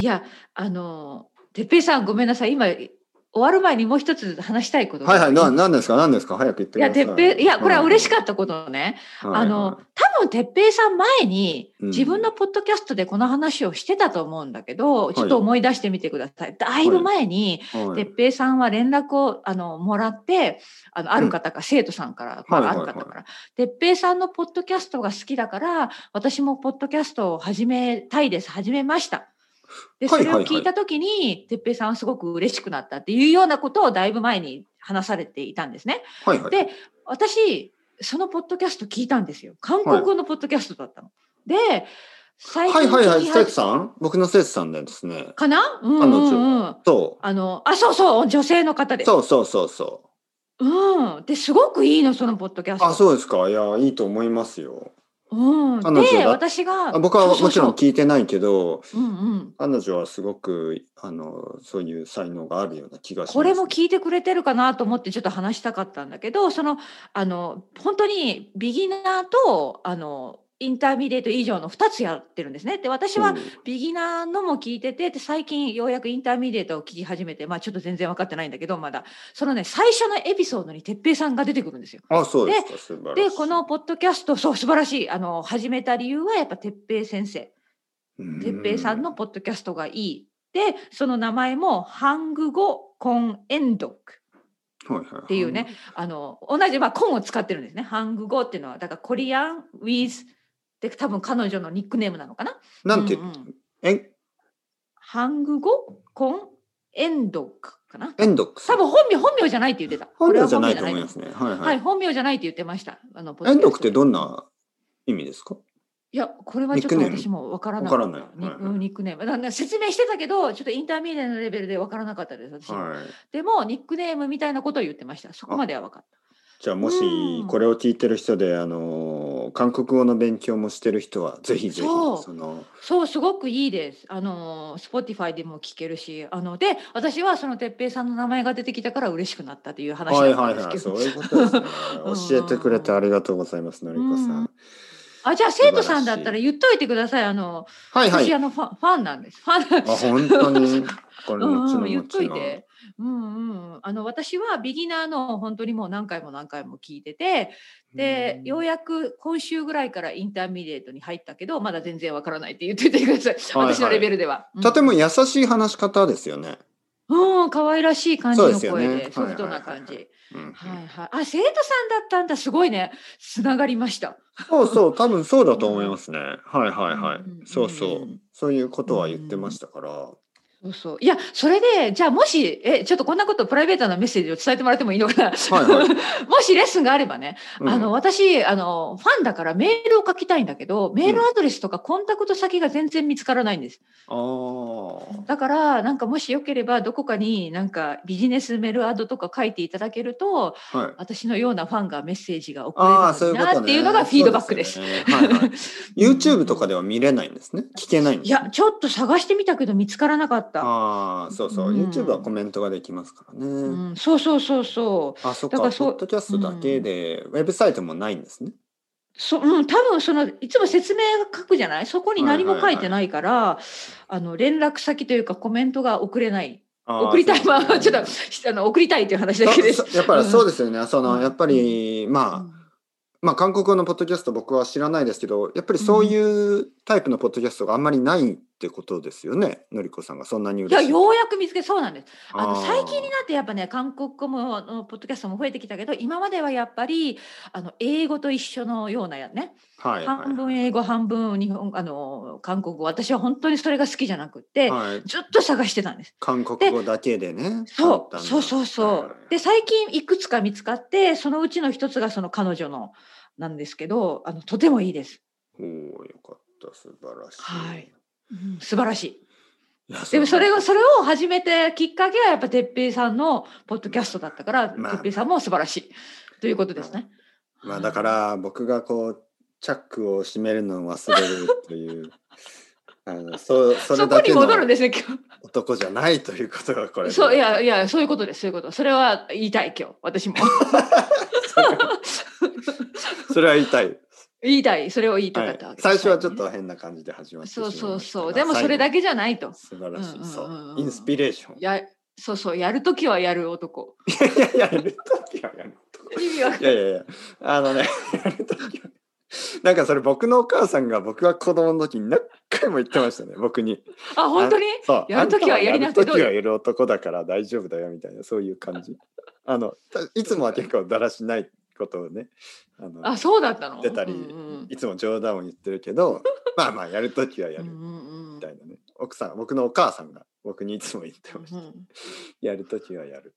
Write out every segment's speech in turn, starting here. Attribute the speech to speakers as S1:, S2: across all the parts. S1: いや、あの、てっぺいさん、ごめんなさい。今、終わる前にもう一つ話したいことが。
S2: はいはい、な、なんですか、なんですか、早く言って
S1: い
S2: くだ
S1: や、
S2: さい。
S1: てっぺい、いや、これは嬉し
S2: か
S1: かったことね。
S2: った
S1: あの、多分、てっぺいさん前に、
S2: うん
S1: 自分のポッドキャストでこの話をしてたと思うんだけど、
S2: い
S1: ちょっと思い出してみてください。だいぶ前に、てっぺいさんは連絡を、あの、もらって、あの、ある方か、生徒さんから、まあ、
S2: は
S1: あ
S2: いは
S1: る
S2: いはい
S1: 方から、てっぺいさんのポッドキャストが好きだから、私もポッドキャストを始めたいです、始めました。で、そ
S2: はい
S1: れ
S2: は
S1: を
S2: いはい
S1: 聞いたときに、てっぺいさんはすごく嬉しくなったっていうようなことをだいぶ前に話されていたんですね。
S2: はいはい。
S1: で私そのポッドキャスト聞いたんですよ韓国語のポッドキャストだったの。で最
S2: はいはいはい、
S1: 聞き
S2: 生徒
S1: 始
S2: さん僕の生徒さんでですね。
S1: かなうんうんうん
S2: そ
S1: あのあそうそう女性の方
S2: う。
S1: です。
S2: そうそうそうそ
S1: うん、ですごくいいのそのポッドキャ
S2: う。
S1: スト。
S2: あ、そうですか。いや、いいと思いますよ。
S1: うん、
S2: 彼女
S1: で
S2: だ
S1: 私が
S2: あ僕はもちろん
S1: そう
S2: 聞いてないけど、
S1: そうそううんうん、
S2: 彼女はすごく、あの、そういう才能があるような気がします。
S1: これも聞いてくれてるかなと思ってちょっと話したかったんだけどそのあの本当にビギナーとあのインターミディエート以上の2つやってるんですね。で私は
S2: うん
S1: ビギナーのも聞いてて、で最近ようやくインターミディエートを聞き始めて、まあちょっと全然分かってないんだけど、まだ、そのね、最初のエピソードに哲平さんが出てくるんですよ。
S2: あ、そうですか。素晴らし
S1: で、
S2: い。
S1: この、ポッドキャスト、そう、素晴らしい。あの、始めた理由はやっぱ哲平先生。哲平さんの。ポッドキャストがいい。で、その名前も、ハング語コンエンドック。
S2: はいはい。って
S1: いうね。あの、同じ、まあ、コンを使ってるんですね。ハング語っていうのは、だからコリアン、ウィズ、で、多分彼女のニックネームなのかな。
S2: なんて
S1: う、んうん
S2: え、
S1: ハング語コンエンドックかな
S2: エンドックス
S1: 多。分本名本名じゃないって言ってた。
S2: 本名じゃないと思い
S1: これは
S2: ますね。は
S1: 本名じゃないは、。
S2: いはい
S1: 本名じゃないって言ってました。あの
S2: エンドックってどん。
S1: ポッドキャスト
S2: な意味ですか
S1: でいや、これはちょっと
S2: ニックネーム
S1: 私もわからな
S2: わからない
S1: ニ
S2: はいはい
S1: うんニックネーム。なんか説明してたけど、ちょっとインターミディアのレベルでわからなかったです、私、
S2: はい。
S1: でも、ニックネームみたいなことを言ってました。そこまでは分かっ
S2: じゃあも
S1: う
S2: し
S1: ん
S2: これを聞いてる人で、あのー韓国語の勉強もしてる人はぜひぜひ
S1: そう
S2: その
S1: た。そう、すごくいいです。あの、Spotify でも聞けるし、あの、で、私はその哲平さんの名前が出てきたから嬉しくなったという話
S2: はい
S1: だった
S2: は
S1: ん
S2: い
S1: です
S2: は
S1: けど。
S2: いそういうことですね
S1: うん
S2: 教えてくれてありがとうございますのりこさ
S1: うんんあ、じゃあ生徒さんだったら言っといてください。あの、
S2: はいは
S1: 私あ
S2: い
S1: のファンファンなんです。ファンなん
S2: あ本当にこ れ
S1: う
S2: も
S1: ん
S2: ちろ
S1: うんん、言
S2: も
S1: っと
S2: ち
S1: い
S2: ろん
S1: て。うんうん、あの私はビギナーの本当にもう何回も何回も聞いててでようやく今週ぐらいからインターミディエートに入ったけどまだ全然わからないって言っててください、
S2: はいはい
S1: 私のレベルでは。うん
S2: とても優しい話し方ですよね、
S1: うん可愛らしい感じ
S2: そうで
S1: の
S2: すよ
S1: 声で
S2: ね
S1: ソフトな感じ。
S2: うん
S1: はいはい、あ生徒さんだったんだすごいねつながりました。
S2: そうそう多分そうだと思いますねはいはいは
S1: うんうんうん
S2: いそうそうそういうことは言ってましたから、
S1: そうそういやそれでじゃあもしえちょっとこんなことプライベートなメッセージを伝えてもらってもいいのかな、
S2: は
S1: もしレッスンがあればね、
S2: うん
S1: あの私あのファンだからメールを書きたいんだけどメールアドレスとかコンタクト先が全然見つからないんです、
S2: あー
S1: だからなんかもしよければどこかになんかビジネスメールアドとか書いていただけると
S2: はい
S1: 私のようなファンがメッセージが送れる
S2: ああ、そういう
S1: の
S2: こ
S1: にな
S2: と
S1: っ
S2: ね。
S1: ていうのがフィードバックです
S2: そうよねは いはい、YouTube とかでは見れないんですね。聞けないんで
S1: い
S2: す、ね。
S1: やちょっと探してみたけど見つからなかった、
S2: ああ、そうそう、
S1: うん
S2: YouTube はコメントができますからね。
S1: うん、そうそうそうそう
S2: あ、そっか
S1: だからそう
S2: ポッドキャストだけで、ウェブサイトもないんですね。
S1: そうん、多分そのいつも説明書くじゃないそこに何も書いてないから、あの連絡先というかコメントが送れない
S2: あー
S1: 送りたい
S2: そう
S1: ま
S2: ですね
S1: あちょっとあの送りたいという話だけです
S2: そ。そやっぱりそうですよね。その、やっぱり、
S1: う
S2: まあ、
S1: ん
S2: まあ、韓国語のポッドキャスト僕は知らないですけど、やっぱりそういうタイプのポッドキャストがあんまりないってことですよね。のりこさんがそんなに
S1: いや
S2: 嬉しい。
S1: ようやく見つけそうなんです。あ
S2: あ
S1: の
S2: ー
S1: 最近になってやっぱね韓国語もあのポッドキャストも増えてきたけど今まではやっぱりあの英語と一緒のようなやね
S2: はいはい
S1: 半分英語半分日本あの韓国語私は本当にそれが好きじゃなくって、
S2: はい、
S1: ずっと探してたんです。
S2: 韓国語だけでね。
S1: そ
S2: 簡単
S1: う
S2: な
S1: そうそうそう。で最近いくつか見つかってそのうちの一つがその彼女のなんですけどあのとてもいいです。
S2: おお、よかった、素晴らしい。
S1: はいうん素晴らしい。
S2: いや。
S1: でもそれを
S2: が
S1: それを始めてきっかけはやっぱ哲平さんのポッドキャストだったから
S2: まあ
S1: 哲平さんも素晴らしいということですね。
S2: まあ、だから、僕がこう、チャックを閉めるのを忘れるという。 あの、そう、それ
S1: そこ
S2: だ
S1: に
S2: けの
S1: 戻るんですね今
S2: 男じゃないということがこれ
S1: 日。
S2: で。
S1: そういやいやそういうことですそういうこと。それは 言いたい今日私も。
S2: それは言いたい。
S1: 言いたいそれを言いたか
S2: は
S1: っ
S2: い
S1: たわけ、
S2: 最初はちょっ
S1: ね
S2: と変な感じで始まってし
S1: そ
S2: まいうました
S1: そ
S2: が
S1: うそうでもそれだけじゃないと
S2: 最後素晴らしい、
S1: うんうんうん
S2: そうインスピレーションい
S1: やそうそうやるときはやる 男
S2: やいややる時はやる
S1: 意味わかん
S2: いやいやいやあのね やる時はなんかそれ僕のお母さんが僕が子供の時に何回も言って ましたね僕に
S1: あ本当に
S2: そう
S1: やる時はやりなくてどう
S2: あんたはやる時はやる男だから大丈夫だよみたいなそういう感じ あのたいつもは結構だらしないことをねあの
S1: あそうだったの
S2: 出たり
S1: うんうん
S2: いつも冗談を言ってるけ どまあまあやる時はや
S1: う
S2: る
S1: んうんうん
S2: みたいなね奥さん僕のお母さんが僕にいつも言ってました、
S1: うん
S2: やる時はやる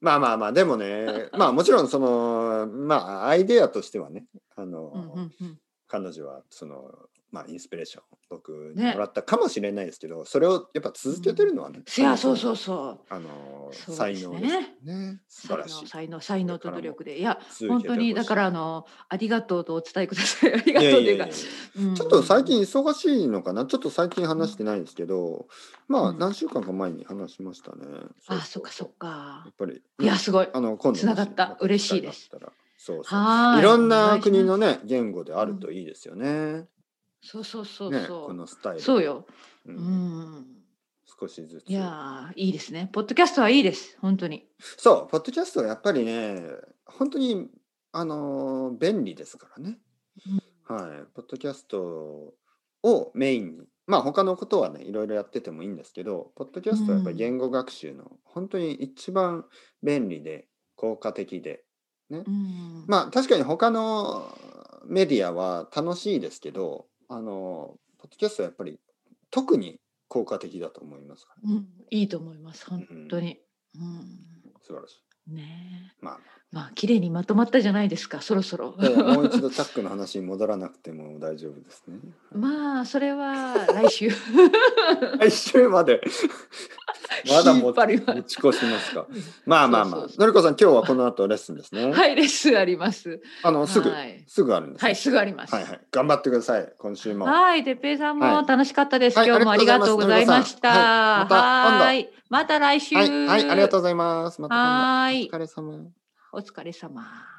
S2: まあまあまあでもね まあもちろんそのまあアイデアとしてはねあの、
S1: うんうんうん
S2: 彼女はそのまあインスピレーション僕に
S1: ね
S2: もらったかもしれないですけど、それをやっぱ続けてるのはね、
S1: いやそうそううそう
S2: あの
S1: そう
S2: 才
S1: です
S2: 能
S1: ね
S2: ですよね素晴らしい
S1: 才能才能と努力でいや
S2: 続けてほ
S1: 本
S2: しい
S1: 当にだからあのありがとうとお伝えください ありが
S2: いや
S1: とうと
S2: い
S1: い
S2: や
S1: う
S2: い
S1: か
S2: やいや
S1: うん
S2: ちょっと最近忙しいのかなちょっと最近話してないんですけど、まあ
S1: うん
S2: 何週間か前に話しましたね。
S1: あそっかそっか
S2: やっぱり。
S1: いやすごい
S2: あの今度
S1: つながった
S2: もし
S1: 嬉しいです。
S2: また機会があったらそうそう。
S1: はーい
S2: いろん
S1: お願
S2: ない
S1: します
S2: 国のね言語であるといいですよね。
S1: そうそうそう
S2: ね
S1: そ
S2: こ
S1: う、
S2: のスタイル。
S1: そうよう
S2: う
S1: んん
S2: 少しずつ。
S1: いやーいいですねポッドキャストはいいです本当に
S2: そうポッドキャストはやっぱりね本当にあのー便利ですからね。はい、ポッドキャストをメインに、まあ他のことはね、いろいろやっててもいいんですけど、ポッドキャストはやっぱり
S1: うん
S2: 言語学習の本当に一番便利で効果的で、
S1: うん
S2: まあ確かに他のメディアは楽しいですけど、あの、ポッドキャストはやっぱり特に効果的だと思いますから、
S1: うんいいと思います本当にう
S2: 素晴らしい。
S1: んねえ
S2: まあ、
S1: まあ綺麗にまとまったじゃないですかそろそろ
S2: いやいやもう一度チャックの話に戻らなくても大丈夫ですね。
S1: まあそれは来週
S2: 来週まで まだ
S1: 引
S2: 持
S1: っ張
S2: ち
S1: ります
S2: 持ち越しますか。まあまあまあ
S1: そうそうそう
S2: のりこさん今日はこの後レッスンですね。
S1: はいレッスンあります
S2: あのすぐ、
S1: はい
S2: すぐあるんですね、
S1: はいすぐあります
S2: はいはい頑張ってください今週も。
S1: はい、てっぺいさん
S2: は
S1: も
S2: い
S1: 楽しかったです。
S2: はい
S1: 今日も
S2: あ
S1: あ
S2: り
S1: り
S2: が
S1: が
S2: と
S1: とう
S2: うご
S1: ご
S2: ざ
S1: ざ
S2: い
S1: い
S2: ま
S1: ますした。
S2: はいまた今度
S1: はいまた来週。
S2: はい、はい、ありがとうございます。また今度
S1: はーい
S2: お疲れ様。
S1: お疲れ様。